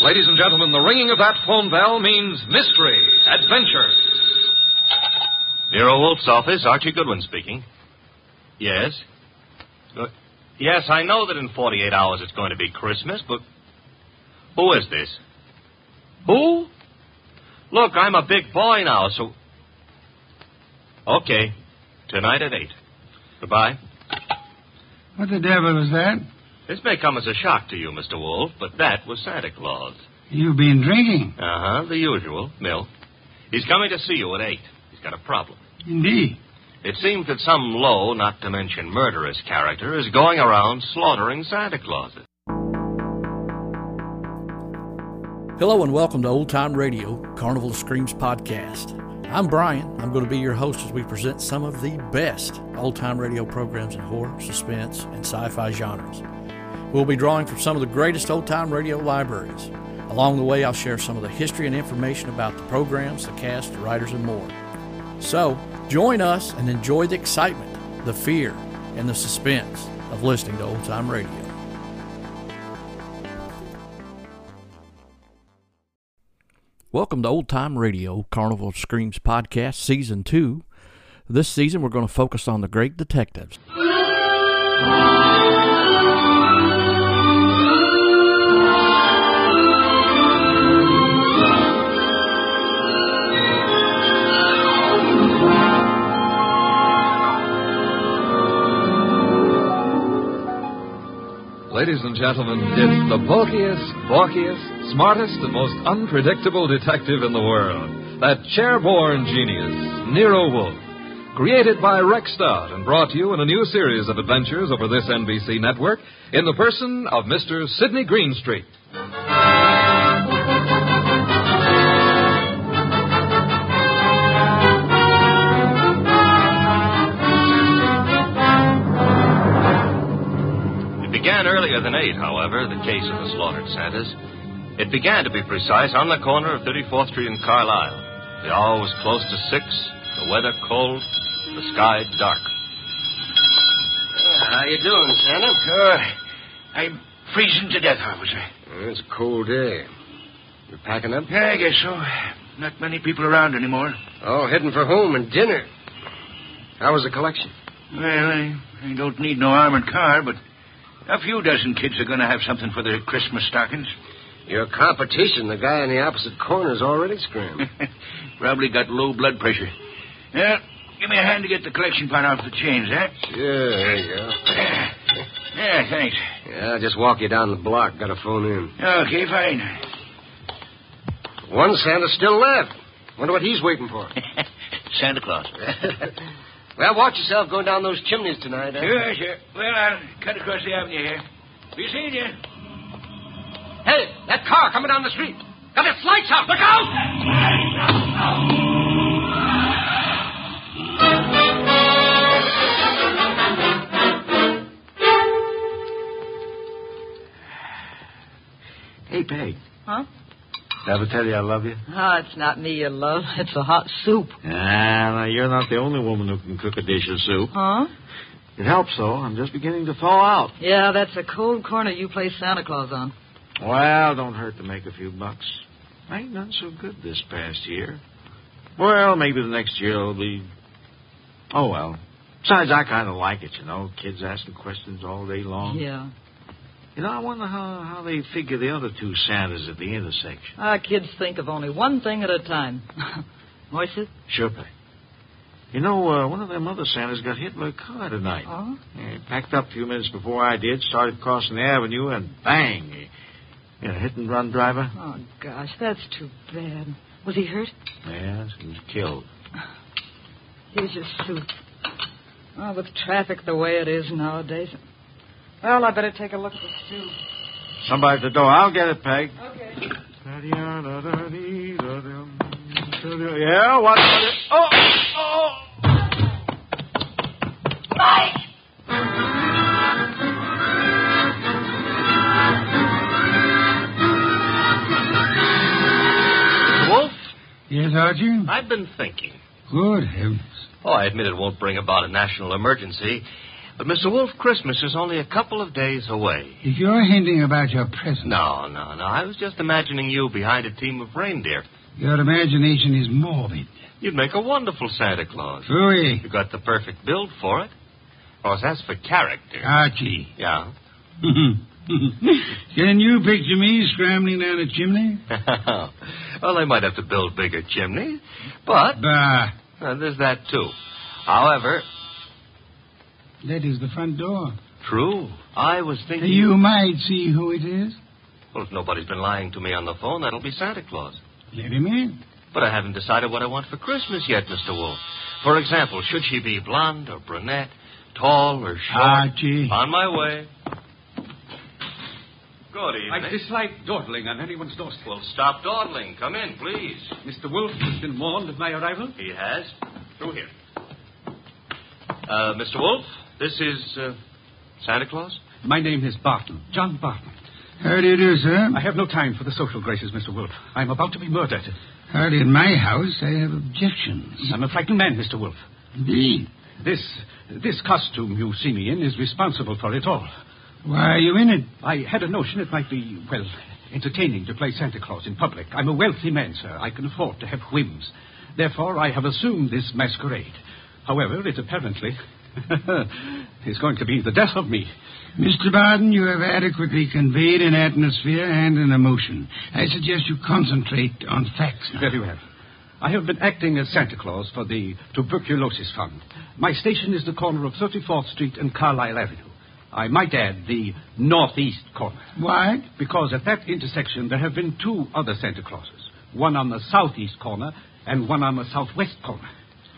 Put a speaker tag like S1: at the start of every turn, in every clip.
S1: Ladies and gentlemen, the ringing of that phone bell means mystery, adventure.
S2: Bureau Wolf's office, Archie Goodwin speaking. Yes? Uh, yes, I know that in 48 hours it's going to be Christmas, but who is this? Who? Look, I'm a big boy now, so. Okay. Tonight at 8. Goodbye.
S3: What the devil was that?
S2: This may come as a shock to you, Mr. Wolf, but that was Santa Claus.
S3: You've been drinking.
S2: Uh huh, the usual, Mill. He's coming to see you at 8. He's got a problem.
S3: Indeed.
S2: It seems that some low, not to mention murderous character is going around slaughtering Santa Clauses.
S4: Hello and welcome to Old Time Radio, Carnival of Screams podcast. I'm Brian. I'm going to be your host as we present some of the best old time radio programs in horror, suspense, and sci fi genres. We'll be drawing from some of the greatest old time radio libraries. Along the way, I'll share some of the history and information about the programs, the cast, the writers, and more. So, join us and enjoy the excitement, the fear, and the suspense of listening to old time radio. Welcome to Old Time Radio, Carnival of Screams Podcast, Season 2. This season, we're going to focus on the great detectives.
S1: Ladies and gentlemen, it's the bulkiest, balkiest, smartest, and most unpredictable detective in the world. That chairborne genius, Nero Wolf. Created by Rex Stout and brought to you in a new series of adventures over this NBC network in the person of Mr. Sidney Greenstreet.
S2: It began earlier than 8, however, the case of the slaughtered Santas. It began, to be precise, on the corner of 34th Street and Carlisle. The hour was close to 6, the weather cold, the sky dark.
S5: how you doing, Santa? Good. I'm freezing to death, officer.
S6: It's a cold day. You're packing up?
S5: Yeah, I guess so. Not many people around anymore.
S6: Oh, heading for home and dinner. How was the collection?
S5: Well, I, I don't need no armored car, but a few dozen kids are going to have something for their Christmas stockings.
S6: Your competition, the guy in the opposite corner, is already scrammed.
S5: Probably got low blood pressure. Yeah, give me a hand to get the collection pot off the chains, eh?
S6: yeah, there you go.
S5: Yeah, thanks.
S6: Yeah, I'll just walk you down the block. Got to phone in.
S5: Okay, fine.
S6: One Santa's still left. Wonder what he's waiting for.
S5: Santa Claus.
S6: well, watch yourself going down those chimneys tonight. Huh?
S5: Sure, sure. Well, I'll cut across the avenue here. Be seeing you.
S6: Hey, that car coming down the street. Got its lights out. Look out!
S5: Hey, Peg.
S7: Huh?
S5: Never tell you I love you?
S7: Oh, it's not me you love. It's a hot soup.
S5: Ah, well, you're not the only woman who can cook a dish of soup.
S7: Huh?
S5: It helps, though. I'm just beginning to thaw out.
S7: Yeah, that's a cold corner you play Santa Claus on.
S5: Well, don't hurt to make a few bucks. Ain't none so good this past year. Well, maybe the next year it'll be. Oh, well. Besides, I kind of like it, you know. Kids asking questions all day long.
S7: Yeah.
S8: You know, I wonder how, how they figure the other two Santas at the intersection.
S9: Our Ah, kids think of only one thing at a time. Moises?
S8: Sure, Peg. You know, uh, one of their mother Santas got hit by a car tonight.
S9: Oh?
S8: He packed up a few minutes before I did, started crossing the avenue, and bang! He, you know, hit and run driver.
S9: Oh, gosh, that's too bad. Was he hurt?
S8: Yes, he was killed.
S9: Here's your suit. Oh, with traffic the way it is nowadays. Well, I better take a look at the stew.
S8: Somebody at the door. I'll get it, Peg.
S9: Okay.
S8: Yeah, what? Oh, oh!
S2: Wolf,
S3: Yes, Archie?
S2: I've been thinking.
S3: Good heavens.
S2: Oh, I admit it won't bring about a national emergency, but Mr. Wolf, Christmas is only a couple of days away.
S3: If you're hinting about your present,
S2: No, no, no. I was just imagining you behind a team of reindeer.
S3: your imagination is morbid.
S2: You'd make a wonderful Santa Claus.
S3: Fooey,
S2: You got the perfect build for it. Of course, that's for character.
S3: Archie.
S2: Yeah.
S3: Can you picture me scrambling down a chimney?
S2: well, they might have to build bigger chimneys, but
S3: Bah,
S2: uh, there's that too. However,
S3: that is the front door.
S2: true. I was thinking.
S3: You might see who it is.
S2: Well, if nobody's been lying to me on the phone, that'll be Santa Claus.
S3: Let him in.
S2: But I haven't decided what I want for Christmas yet, Mr. Wolf. For example, should she be blonde or brunette, tall or short?
S10: Ah,
S3: Archie.
S2: On my way. Good evening.
S10: I dislike dawdling on anyone's doorstep.
S2: Well, stop dawdling. Come in, please.
S10: Mr. Wolf has been warned of my arrival.
S2: He has. Through here. Uh, Mr. Wolf, this is uh, Santa Claus.
S10: My name is Barton, John Barton.
S3: How do you do, sir?
S10: I have no time for the social graces, Mr. Wolf. I'm about to be murdered.
S3: Hardly in my house. I have objections.
S10: I'm a frightened man, Mr. Wolf.
S3: Indeed.
S10: This, this costume you see me in is responsible for it all.
S3: Why are you in it?
S10: I had a notion it might be, well, entertaining to play Santa Claus in public. I'm a wealthy man, sir. I can afford to have whims. Therefore, I have assumed this masquerade. However, it apparently is going to be the death of me.
S3: Mr. Barden, you have adequately conveyed an atmosphere and an emotion. I suggest you concentrate on facts now.
S10: Very well. I have been acting as Santa Claus for the Tuberculosis Fund. My station is the corner of 34th Street and Carlisle Avenue. I might add the northeast corner.
S3: Why?
S10: Because at that intersection there have been two other Santa Clauses, one on the southeast corner and one on the southwest corner.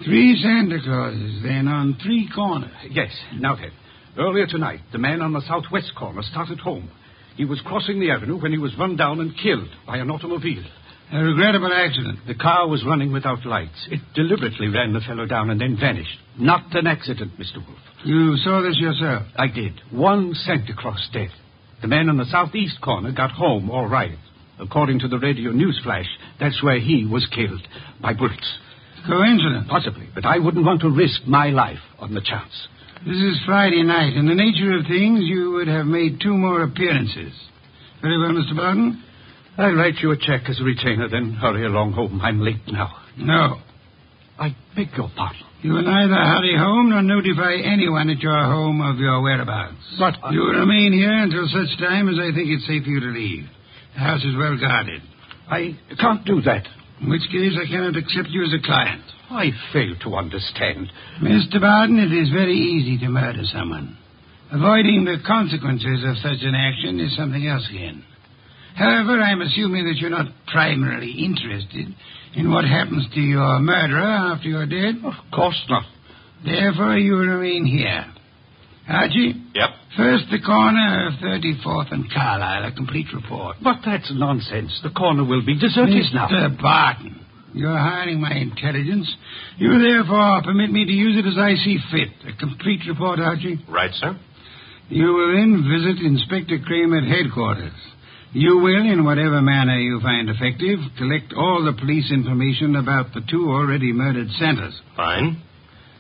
S3: Three Santa Clauses, then, on three corners.
S10: Yes, now then. Earlier tonight, the man on the southwest corner started home. He was crossing the avenue when he was run down and killed by an automobile.
S3: A regrettable accident.
S10: The car was running without lights. It deliberately ran the fellow down and then vanished. Not an accident, Mr. Wolf.
S3: You saw this yourself.
S10: I did. One Santa Claus dead. The man on the southeast corner got home all right. According to the radio news flash, that's where he was killed by bullets.
S3: Coincidence.
S10: Possibly, but I wouldn't want to risk my life on the chance.
S3: This is Friday night. In the nature of things, you would have made two more appearances. Very well, Mr. Barton?
S10: I'll write you a check as a retainer, then hurry along home. I'm late now.
S3: No.
S10: I beg your pardon.
S3: You will neither hurry home nor notify anyone at your home of your whereabouts.
S10: But I-
S3: you will remain here until such time as I think it's safe for you to leave. The house is well guarded.
S10: I can't do that.
S3: In which case, I cannot accept you as a client.
S10: I fail to understand.
S3: Mr. Barton, it is very easy to murder someone. Avoiding the consequences of such an action is something else again. However, I'm assuming that you're not primarily interested in what happens to your murderer after you're dead.
S10: Of course not.
S3: Therefore, you will remain here. Archie?
S2: Yep.
S3: First, the corner of 34th and Carlisle, a complete report.
S10: But that's nonsense. The corner will be deserted now.
S3: Mr. Barton, you're hiring my intelligence. You therefore permit me to use it as I see fit. A complete report, Archie.
S2: Right, sir.
S3: You will then visit Inspector Crane at headquarters. You will, in whatever manner you find effective, collect all the police information about the two already murdered Santas.
S2: Fine.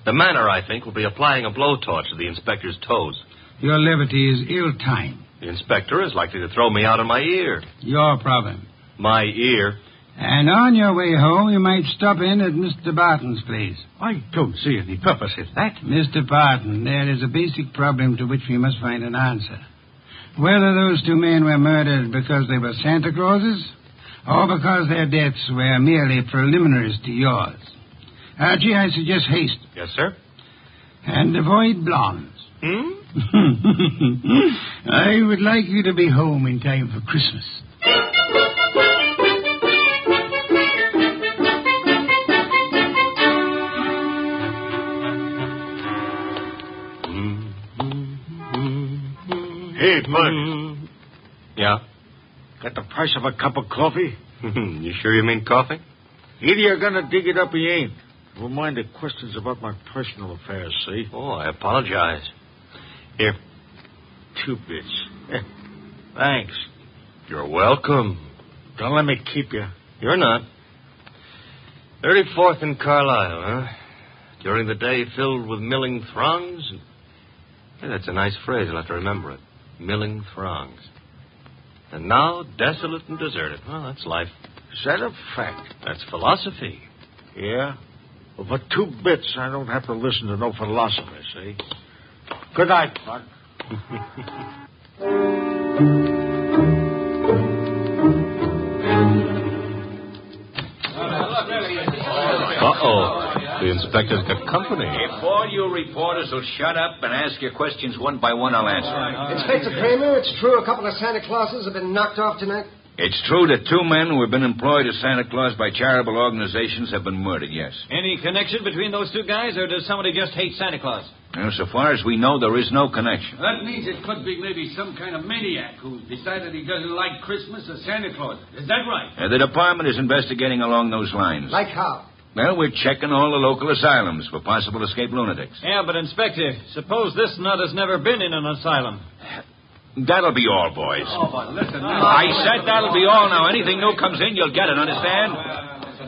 S2: The manner, I think, will be applying a blowtorch to the inspector's toes.
S3: Your levity is ill-timed.
S2: The inspector is likely to throw me out of my ear.
S3: Your problem.
S2: My ear?
S3: And on your way home, you might stop in at Mr. Barton's place.
S10: I don't see any purpose in that.
S3: Mr. Barton, there is a basic problem to which we must find an answer. Whether those two men were murdered because they were Santa Clauses or because their deaths were merely preliminaries to yours. Archie, I suggest haste
S2: Yes, sir.
S3: and avoid blondes.
S2: Hmm?
S3: I would like you to be home in time for Christmas.
S8: Hey, Bud.
S2: Hmm. Yeah.
S8: Got the price of a cup of coffee?
S2: Hmm, you sure you mean coffee?
S8: Either you're going to dig it up or you ain't. Never mind the questions about my personal affairs, see?
S2: Oh, I apologize. Here.
S8: Two bits. Thanks.
S2: You're welcome.
S8: Don't let me keep you.
S2: You're not. 34th in Carlisle, huh? During the day filled with milling throngs. and- Hey, that's a nice phrase. I'll have to remember it. Milling throngs. And now desolate and deserted. Well, that's life.
S8: Is that a fact?
S2: That's philosophy.
S8: Yeah. Well, for two bits, I don't have to listen to no philosopher, see? Good night, Buck.
S2: Uh-oh. The inspector's got company.
S11: all you reporters will shut up and ask your questions one by one, I'll answer 'em.
S6: Inspector Kramer, it's true a couple of Santa Clauses have been knocked off tonight.
S11: It's true that two men who have been employed as Santa Claus by charitable organizations have been murdered, yes.
S6: Any connection between those two guys, or does somebody just hate Santa Claus?
S11: Now, so far as we know, there is no connection.
S10: That means it could be maybe some kind of maniac who decided he doesn't like Christmas or Santa Claus. Is that right?
S11: Uh, the department is investigating along those lines.
S6: Like how?
S11: Well, we're checking all the local asylums for possible escape lunatics.
S6: Yeah, but Inspector, suppose this nut has never been in an asylum.
S11: That'll be all, boys.
S10: Oh, but listen.
S11: I said that'll be all. Now, anything new comes in, you'll get it, understand?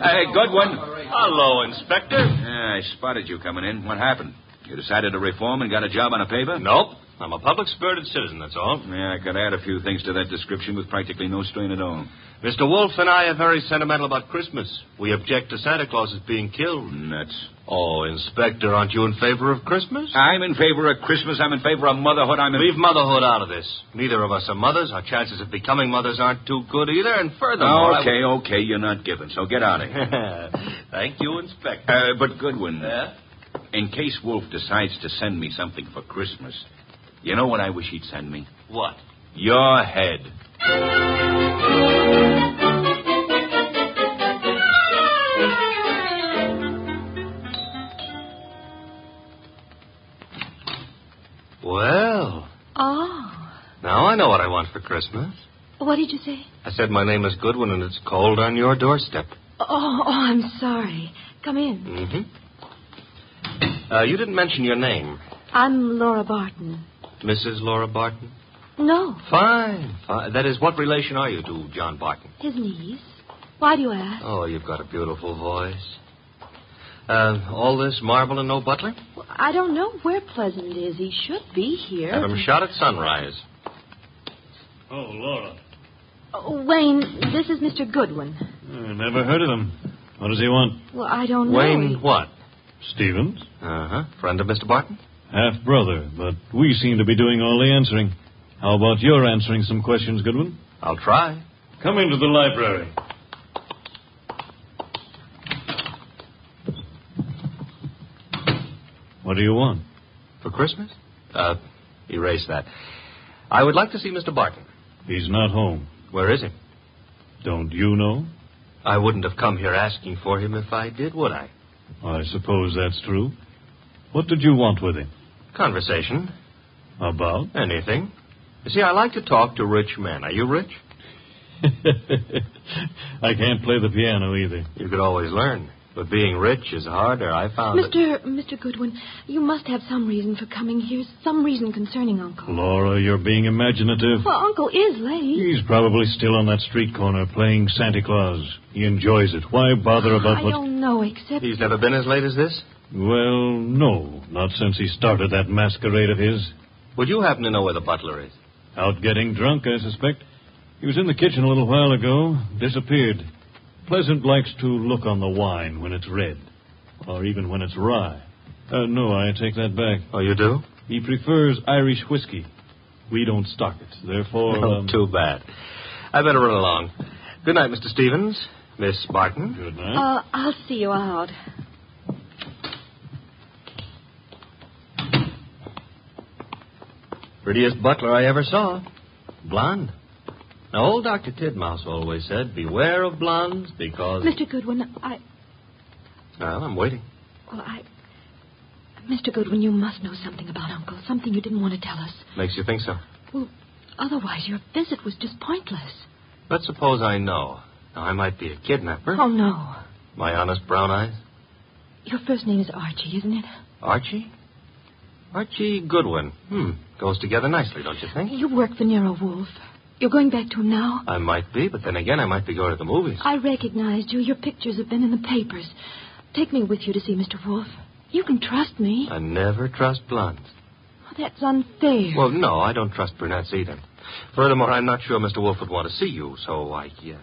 S11: Uh, Goodwin.
S2: Hello, Inspector.
S11: Ah, I spotted you coming in. What happened? You decided to reform and got a job on a paper?
S2: Nope. I'm a public-spirited citizen, that's all.
S11: Yeah, I could add a few things to that description with practically no strain at all.
S2: Mr. Wolf and I are very sentimental about Christmas. We object to Santa Claus as being killed.
S11: Nuts.
S2: Oh, Inspector, aren't you in favor of Christmas?
S11: I'm in favor of Christmas. I'm in favor of motherhood. I'm in.
S2: Leave motherhood out of this. Neither of us are mothers. Our chances of becoming mothers aren't too good either. And furthermore, I
S11: okay, okay, you're not given, so get out of here.
S2: would- thank you, Inspector.
S11: Uh, but Goodwin,
S2: Yeah?
S11: in case Wolf decides to send me something for Christmas, you know what I wish he'd send me?
S2: What?
S11: Your head.
S2: Well,
S7: Oh,
S2: now I know what I want for Christmas.
S7: what did you say?
S2: I said my name is Goodwin, and it's cold on your doorstep.
S7: Oh, oh, I'm sorry. Come in.
S2: Mm-hmm. Uh, you didn't mention your name,
S7: I'm Laura Barton.
S2: Mrs. Laura Barton.
S7: No,
S2: Fine, fine. That is, what relation are you to John Barton?
S7: his niece. Why do you ask?
S2: Oh, you've got a beautiful voice. Uh, all this marble and no butler?
S7: Well, I don't know where Pleasant is. He should be here.
S2: Have him shot at sunrise.
S8: Oh, Laura.
S7: Oh, Wayne, this is Mr. Goodwin.
S8: I never heard of him. What does he want?
S7: Well, I don't know.
S2: Wayne what?
S8: Stevens?
S2: Uh huh. Friend of Mr. Barton?
S8: Half brother, but we seem to be doing all the answering. How about your answering some questions, Goodwin?
S2: I'll try.
S8: Come into the library. What do you want?
S2: For Christmas? Uh, erase that. I would like to see Mr. Barton.
S8: He's not home.
S2: Where is he?
S8: Don't you know?
S2: I wouldn't have come here asking for him if I did, would I?
S8: I suppose that's true. What did you want with him?
S2: Conversation.
S8: About?
S2: Anything. You see, I like to talk to rich men. Are you rich?
S8: I can't play the piano either.
S2: You could always learn. But being rich is harder, I
S8: uh,
S2: found it.
S7: Mr. Mr. Goodwin, you must have some reason for coming here, some reason concerning Uncle.
S8: Laura, you're being imaginative.
S7: Well, Uncle is late.
S8: He's probably still on that street corner playing Santa Claus. He enjoys it. Why bother about
S7: I
S8: what?
S7: don't know, except
S2: He's never been as late as this?
S8: Well, no, not since he started that masquerade of his.
S2: Would you happen to know where the butler is?
S8: Out getting drunk, I suspect. He was in the kitchen a little while ago, disappeared. Pleasant likes to look on the wine when it's red, or even when it's rye. Uh, no, I take that back.
S2: Oh, you do?
S8: He prefers Irish whiskey. We don't stock it. Therefore.
S2: Oh,
S8: um,
S2: too bad. I better run along. Good night, Mr. Stevens. Miss Barton. Good
S7: Uh, I'll see you out.
S2: Prettiest butler I ever saw. Blonde. Now, old Dr. Tidmouse always said, beware of blondes because.
S7: Mr. Goodwin, I.
S2: Well, I'm waiting.
S7: Well, I. Mr. Goodwin, you must know something about Uncle, something you didn't want to tell us.
S2: Makes you think so.
S7: Well, otherwise, your visit was just pointless.
S2: Let's suppose I know. Now, I might be a kidnapper.
S7: Oh, no.
S2: My honest brown eyes.
S7: Your first name is Archie, isn't it?
S2: Archie? Archie Goodwin. Hmm. Goes together nicely, don't you think?
S7: You work for Nero Wolf. You're going back to him now?
S2: I might be, but then again, I might be going to the movies.
S7: I recognized you. Your pictures have been in the papers. Take me with you to see Mr. Wolf. You can trust me.
S2: I never trust blondes.
S7: Oh, that's unfair.
S2: Well, no, I don't trust brunettes either. Furthermore, I'm not sure Mr. Wolf would want to see you, so I. Yeah.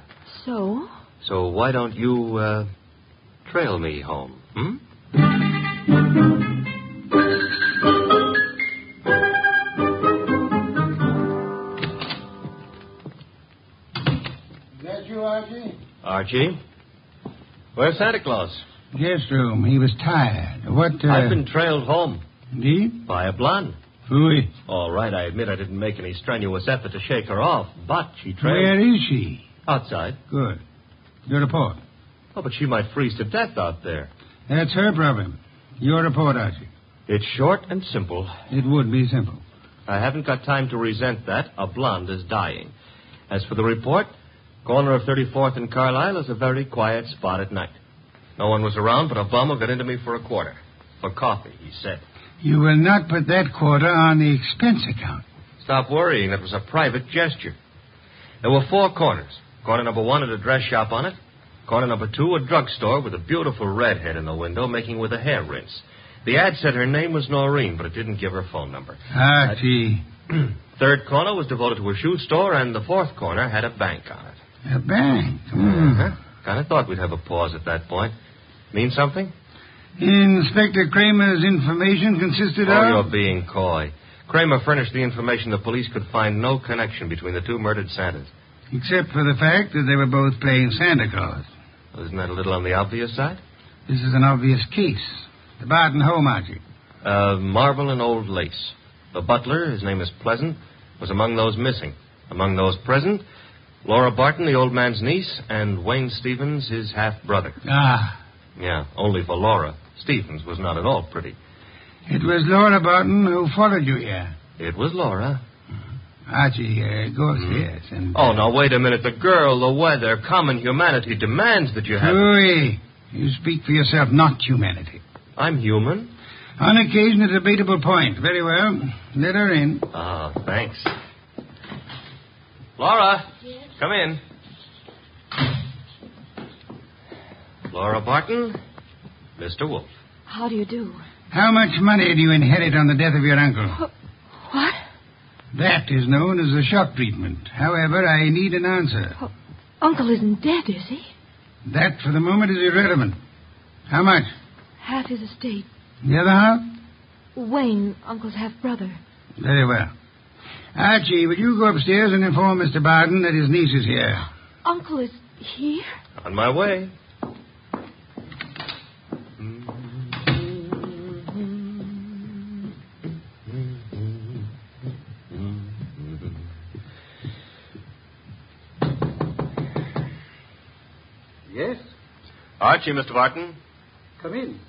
S7: So?
S2: So why don't you, uh, trail me home, hmm?
S3: Is that you, Archie?
S2: Archie? Where's Santa Claus?
S3: Guest room. He was tired. What? Uh...
S2: I've been trailed home.
S3: Indeed?
S2: By a blonde.
S3: Fooey.
S2: All right, I admit I didn't make any strenuous effort to shake her off, but she trailed.
S3: Where is she?
S2: Outside.
S3: Good. Your report.
S2: Oh, but she might freeze to death out there.
S3: That's her problem. Your report, Archie.
S2: It's short and simple.
S3: It would be simple.
S2: I haven't got time to resent that. A blonde is dying. As for the report, corner of 34th and Carlisle is a very quiet spot at night. No one was around, but a bum who got into me for a quarter. For coffee, he said.
S3: You will not put that quarter on the expense account.
S2: Stop worrying. That was a private gesture. There were four corners. Corner number one had a dress shop on it. Corner number two, a drugstore with a beautiful redhead in the window making with a hair rinse. The ad said her name was Noreen, but it didn't give her phone number.
S3: Ah, Archie.
S2: Third corner was devoted to a shoe store, and the fourth corner had a bank on it.
S3: A bank. Hmm.
S2: Kind of thought we'd have a pause at that point. Mean something?
S3: Inspector Kramer's information consisted
S2: oh,
S3: of.
S2: you're being coy. Kramer furnished the information the police could find no connection between the two murdered Santas.
S3: Except for the fact that they were both playing Santa Claus.
S2: Isn't that a little on the obvious side?
S3: This is an obvious case. The Barton home, Archie.
S2: Uh, Marble and Old Lace. The butler, his name is Pleasant, was among those missing. Among those present, Laura Barton, the old man's niece, and Wayne Stevens, his half brother.
S3: Ah.
S2: Yeah, only for Laura. Stevens was not at all pretty.
S3: It was Laura Barton who followed you here.
S2: It was Laura.
S3: Archie, uh, go upstairs and.
S2: Oh, now, wait a minute. The girl, the weather, common humanity demands that you
S12: Hmm?
S2: have.
S3: Hooey. You speak for yourself, not humanity.
S2: I'm human.
S3: On occasion, a debatable point. Very well. Let her in.
S2: Ah, thanks. Laura, come in. Laura Barton, Mr. Wolf.
S7: How do you do?
S3: How much money do you inherit on the death of your uncle?
S7: What?
S3: That is known as the shock treatment. However, I need an answer.
S7: Uncle isn't dead, is he?
S3: That, for the moment, is irrelevant. How much?
S7: Half his estate.
S3: The other half?
S7: Wayne, Uncle's half brother.
S3: Very well. Archie, will you go upstairs and inform Mr. Barton that his niece is here?
S7: Uncle is here?
S2: On my way.
S12: Yes,
S2: Archie, Mr. Barton.
S12: come in.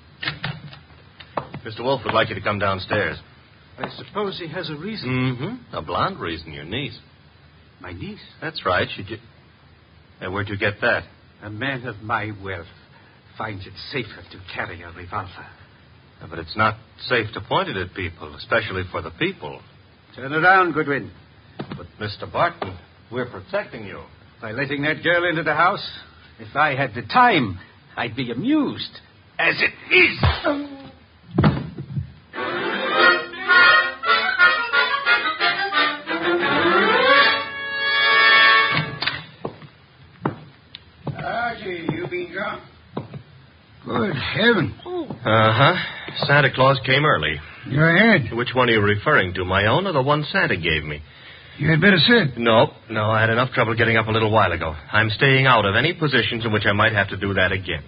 S2: Mr. Wolf would like you to come downstairs.
S12: I suppose he has a reason.
S2: Mm-hmm. A blonde reason, your niece.
S12: My niece,
S2: That's right. She did. Hey, where'd you get that?
S12: a man of my wealth, finds it safer to carry a revolver.
S2: Yeah, But it's not safe to point it at people, especially for the people.
S12: Turn around, Goodwin.
S2: But, Mr. Barton, we're protecting you.
S12: By letting that girl into the house, if I had the time, I'd be amused. As it is.
S3: Archie, you've been gone. Good heaven.
S2: Uh huh. Santa Uh-huh. Claus came early.
S3: Go ahead.
S2: Which one are you referring to, my own or the one Santa gave me?
S3: You had better sit.
S2: No, no, I had enough trouble getting up a little while ago. I'm staying out of any positions in which I might have to do that again.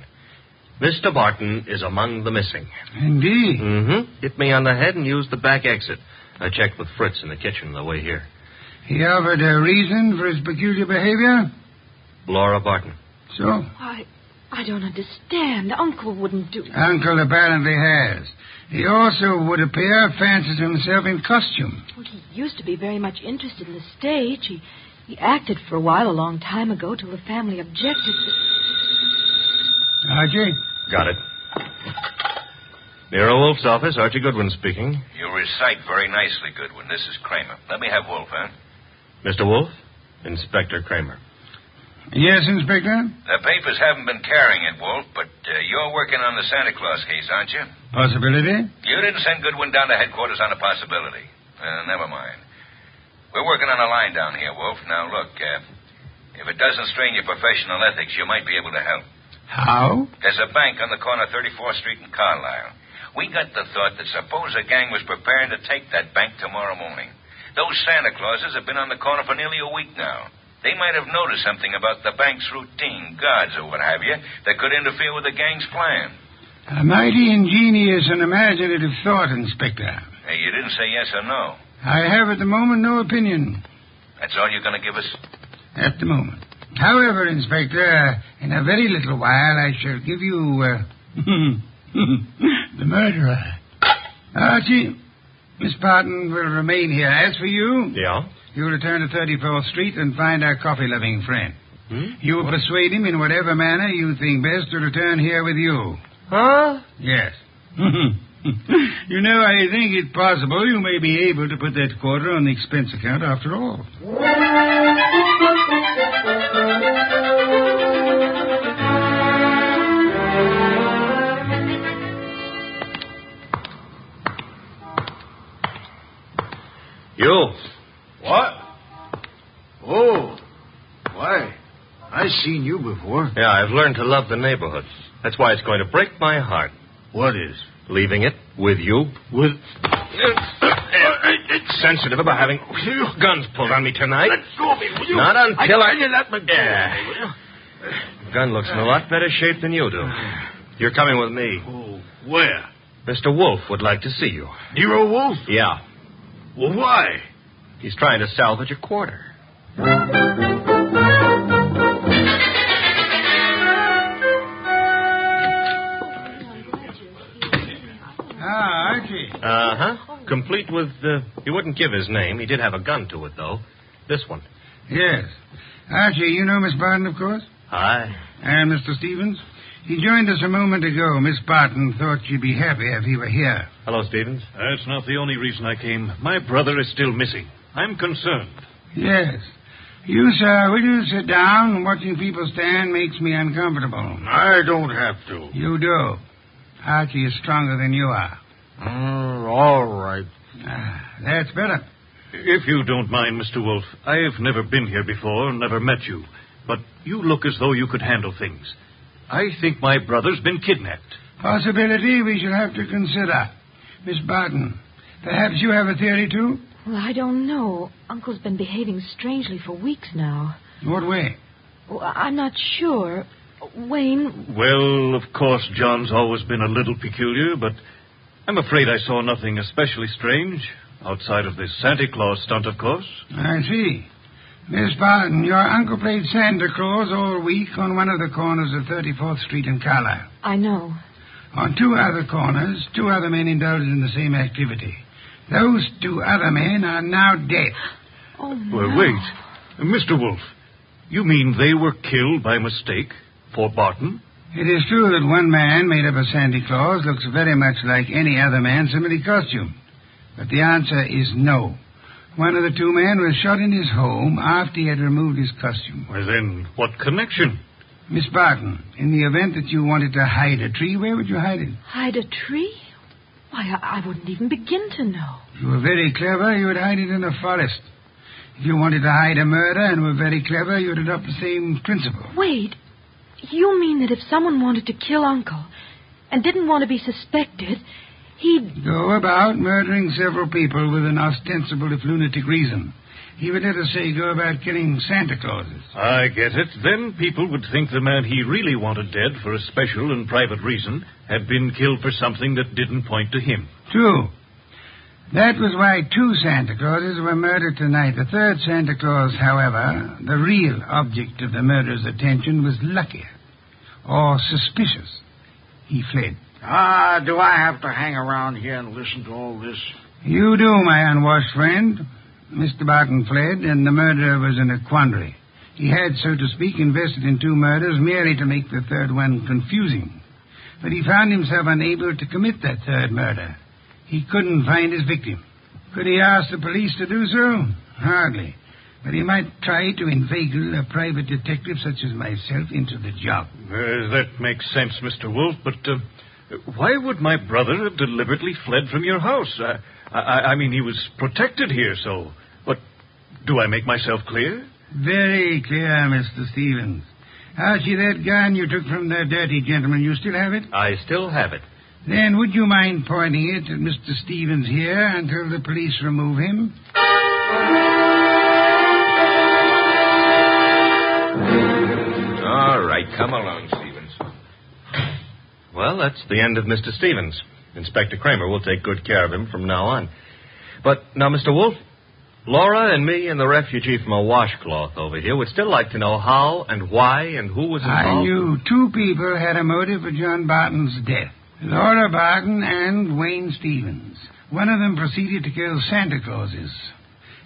S2: Mr. Barton is among the missing.
S3: Indeed.
S2: Mm-hmm. Hit me on the head and used the back exit. I checked with Fritz in the kitchen on the way here.
S3: He offered a reason for his peculiar behavior?
S2: Laura Barton.
S3: So?
S7: Why, I don't understand. Uncle wouldn't do that.
S3: Uncle apparently has. He also would appear fancies himself in costume.
S7: Well, he used to be very much interested in the stage. He, he acted for a while a long time ago till the family objected.
S3: Archie?
S2: Got it. Nero Wolf's office, Archie Goodwin speaking.
S11: You recite very nicely, Goodwin. This is Kramer. Let me have Wolf, huh?
S2: Mr. Wolf? Inspector Kramer.
S3: Yes, Inspector?
S11: The papers haven't been carrying it, Wolf, but uh, you're working on the Santa Claus case, aren't you?
S3: Possibility?
S11: You didn't send Goodwin down to headquarters on a possibility. Uh, never mind. We're working on a line down here, Wolf. Now, look, uh, if it doesn't strain your professional ethics, you might be able to help.
S3: How?
S11: There's a bank on the corner of 34th Street and Carlisle. We got the thought that suppose a gang was preparing to take that bank tomorrow morning. Those Santa Clauses have been on the corner for nearly a week now. They might have noticed something about the bank's routine, guards or what have you, that could interfere with the gang's plan.
S3: A mighty ingenious and imaginative thought, Inspector.
S11: Hey, you didn't say yes or no.
S3: I have at the moment no opinion.
S11: That's all you're going to give us?
S3: At the moment. However, Inspector, uh, in a very little while I shall give you uh, the murderer. Archie, Miss Barton will remain here. As for you,
S2: Yeah?
S3: you return to 34th Street and find our coffee loving friend.
S6: Hmm?
S3: You will persuade him in whatever manner you think best to return here with you.
S2: Huh?
S3: Yes. you know, I think it possible you may be able to put that quarter on the expense account after all.
S2: You.
S5: What? Oh. Why? I seen you before.
S2: Yeah, I've learned to love the neighborhood. That's why it's going to break my heart.
S5: What is?
S2: Leaving it with you. With. Sensitive about having guns pulled on me tonight.
S5: Go me, will
S2: Not until I-
S5: tell you that, McGill.
S2: Yeah. Gun looks in a lot better shape than you do. You're coming with me.
S5: Oh, Where?
S2: Mr. Wolf would like to see you.
S5: Nero Wolf?
S2: Yeah.
S5: Well, why?
S2: He's trying to salvage a quarter.
S3: Ah, Archie.
S2: Uh huh. Complete with. Uh, he wouldn't give his name. He did have a gun to it, though. This one.
S3: Yes. Archie, Ah, you know Miss Barton, of course?
S2: Aye.
S3: And Mr. Stevens? He joined us a moment ago. Miss Barton thought she'd be happy if he were here.
S2: Hello, Stevens.
S8: That's not the only reason I came. My brother is still missing. I'm concerned.
S3: Yes. You, sir, will you sit down? Watching people stand makes me uncomfortable.
S5: I don't have to.
S3: You do. Archie is stronger than you are.
S5: Mm, all right.
S3: Ah, that's better.
S8: If you don't mind, Mr. Wolf, I've never been here before, never met you. But you look as though you could handle things. I think my brother's been kidnapped.
S3: Possibility we shall have to consider. Miss Barton, perhaps you have a theory too?
S7: Well, I don't know. Uncle's been behaving strangely for weeks now.
S3: What way?
S7: Well, I'm not sure. Wayne,
S8: Well, of course, John's always been a little peculiar, but I'm afraid I saw nothing especially strange. Outside of this Santa Claus stunt, of course.
S3: I see. Miss Barton, your uncle played Santa Claus all week on one of the corners of 34th Street in Carlisle.
S7: I know.
S3: On two other corners, two other men indulged in the same activity. Those two other men are now dead.
S7: Oh,
S8: Well, wait. Mr. Wolf, you mean they were killed by mistake? For Barton?
S3: It is true that one man made up of Santa Claus looks very much like any other man similarly costumed. But the answer is no. One of the two men was shot in his home after he had removed his costume.
S8: Well, then, what connection?
S3: Miss Barton, in the event that you wanted to hide a tree, where would you hide it?
S7: Hide a tree? Why, I, I wouldn't even begin to know.
S3: If you were very clever, you would hide it in a forest. If you wanted to hide a murder and were very clever, you would adopt the same principle.
S7: Wait. You mean that if someone wanted to kill Uncle and didn't want to be suspected, He'd
S3: Go about murdering several people with an ostensible, if lunatic, reason. He would, let us say, go about killing Santa Clauses.
S8: I get it. Then people would think the man he really wanted dead for a special and private reason had been killed for something that didn't point to him.
S3: True. That was why two Santa Clauses were murdered tonight. The third Santa Claus, however, the real object of the murderer's attention, was luckier or suspicious. He fled.
S5: Ah, do I have to hang around here and listen to all this?
S3: You do, my unwashed friend. Mr. Barton fled, and the murderer was in a quandary. He had, so to speak, invested in two murders merely to make the third one confusing. But he found himself unable to commit that third murder. He couldn't find his victim. Could he ask the police to do so? Hardly. But he might try to inveigle a private detective such as myself into the job.
S8: Uh, that makes sense, Mr. Wolf, but uh, why would my brother have deliberately fled from your house? Uh, I, I, I mean, he was protected here, so. But do I make myself clear?
S3: Very clear, Mr. Stevens. Archie, that gun you took from the dirty gentleman, you still have it?
S2: I still have it.
S3: Then would you mind pointing it at Mr. Stevens here until the police remove him?
S11: All right, come along, Stevens.
S2: Well, that's the end of Mr. Stevens. Inspector Kramer will take good care of him from now on. But now, Mr. Wolf, Laura and me and the refugee from a washcloth over here would still like to know how and why and who was
S3: I
S2: involved.
S3: knew two people had a motive for John Barton's death Laura Barton and Wayne Stevens. One of them proceeded to kill Santa Clauses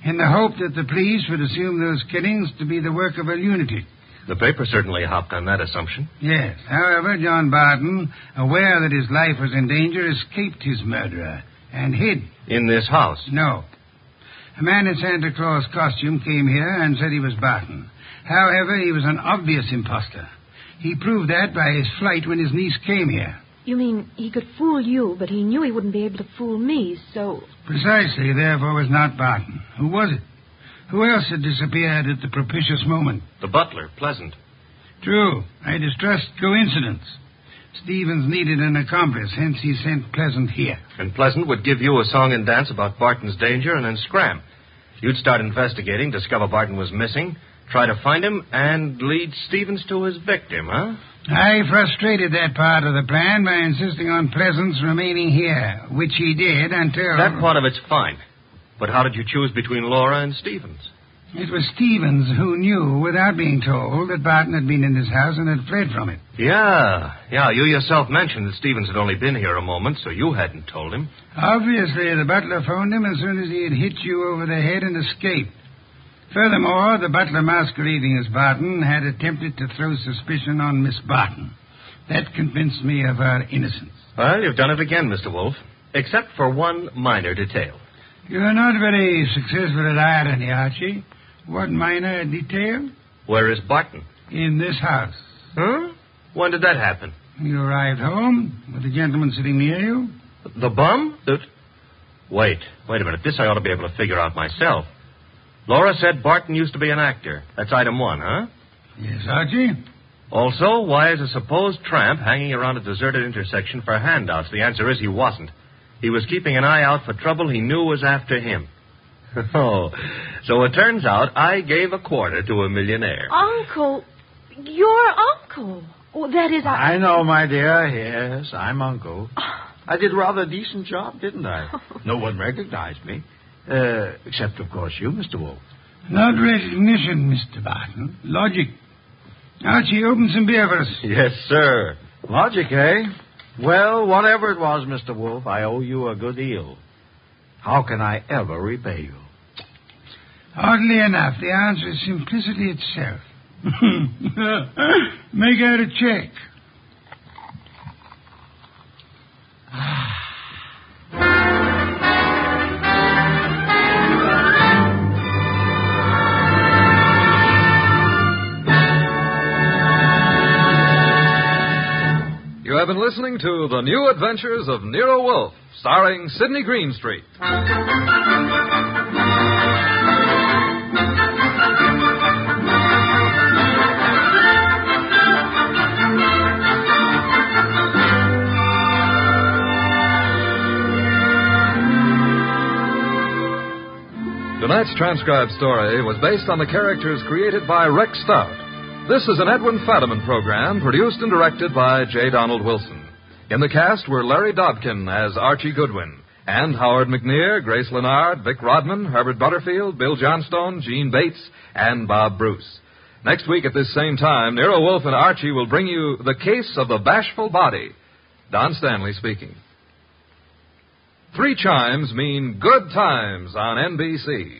S3: in the hope that the police would assume those killings to be the work of a lunatic.
S2: The paper certainly hopped on that assumption.
S3: Yes. However, John Barton, aware that his life was in danger, escaped his murderer and hid.
S2: In this house.
S3: No. A man in Santa Claus costume came here and said he was Barton. However, he was an obvious imposter. He proved that by his flight when his niece came here.
S7: You mean he could fool you, but he knew he wouldn't be able to fool me, so.
S3: Precisely, therefore, was not Barton. Who was it? Who else had disappeared at the propitious moment?
S2: The butler, Pleasant.
S3: True, I distrust coincidence. Stevens needed an accomplice, hence he sent Pleasant here.
S2: And Pleasant would give you a song and dance about Barton's danger and then scram. You'd start investigating, discover Barton was missing, try to find him, and lead Stevens to his victim, huh?
S3: I frustrated that part of the plan by insisting on Pleasant's remaining here, which he did until.
S2: That part of it's fine. But how did you choose between Laura and Stevens?
S3: It was Stevens who knew, without being told, that Barton had been in this house and had fled from it.
S2: Yeah, yeah, you yourself mentioned that Stevens had only been here a moment, so you hadn't told him.
S3: Obviously, the butler phoned him as soon as he had hit you over the head and escaped. Furthermore, the butler masquerading as Barton had attempted to throw suspicion on Miss Barton. That convinced me of her innocence.
S2: Well, you've done it again, Mr. Wolf, except for one minor detail.
S3: You're not very successful at irony, Archie. What minor detail?
S2: Where is Barton?
S3: In this house.
S2: Huh? When did that happen?
S3: You arrived home with the gentleman sitting near you?
S2: The bum? The... Wait, wait a minute. This I ought to be able to figure out myself. Laura said Barton used to be an actor. That's item one, huh?
S3: Yes, Archie.
S2: Also, why is a supposed tramp hanging around a deserted intersection for handouts? The answer is he wasn't. He was keeping an eye out for trouble he knew was after him. Oh, so it turns out I gave a quarter to a millionaire.
S7: Uncle. Your uncle. Oh, that is.
S5: I know, my dear. Yes, I'm Uncle. I did rather a decent job, didn't I? No one recognized me. Uh, except, of course, you, Mr. Wolf.
S3: Not recognition, Mr. Barton. Logic. Archie, open some beer for us.
S2: Yes, sir.
S5: Logic, eh? Well, whatever it was, Mr. Wolf, I owe you a good deal. How can I ever repay you?
S3: Oddly enough, the answer is simplicity itself. Make out a check.
S1: You have been listening to The New Adventures of Nero Wolf, starring Sidney Greenstreet. Tonight's transcribed story was based on the characters created by Rex Stout. This is an Edwin Fadiman program produced and directed by J. Donald Wilson. In the cast were Larry Dobkin as Archie Goodwin, and Howard McNear, Grace Lennard, Vic Rodman, Herbert Butterfield, Bill Johnstone, Gene Bates, and Bob Bruce. Next week at this same time, Nero Wolf and Archie will bring you The Case of the Bashful Body. Don Stanley speaking. Three chimes mean good times on NBC.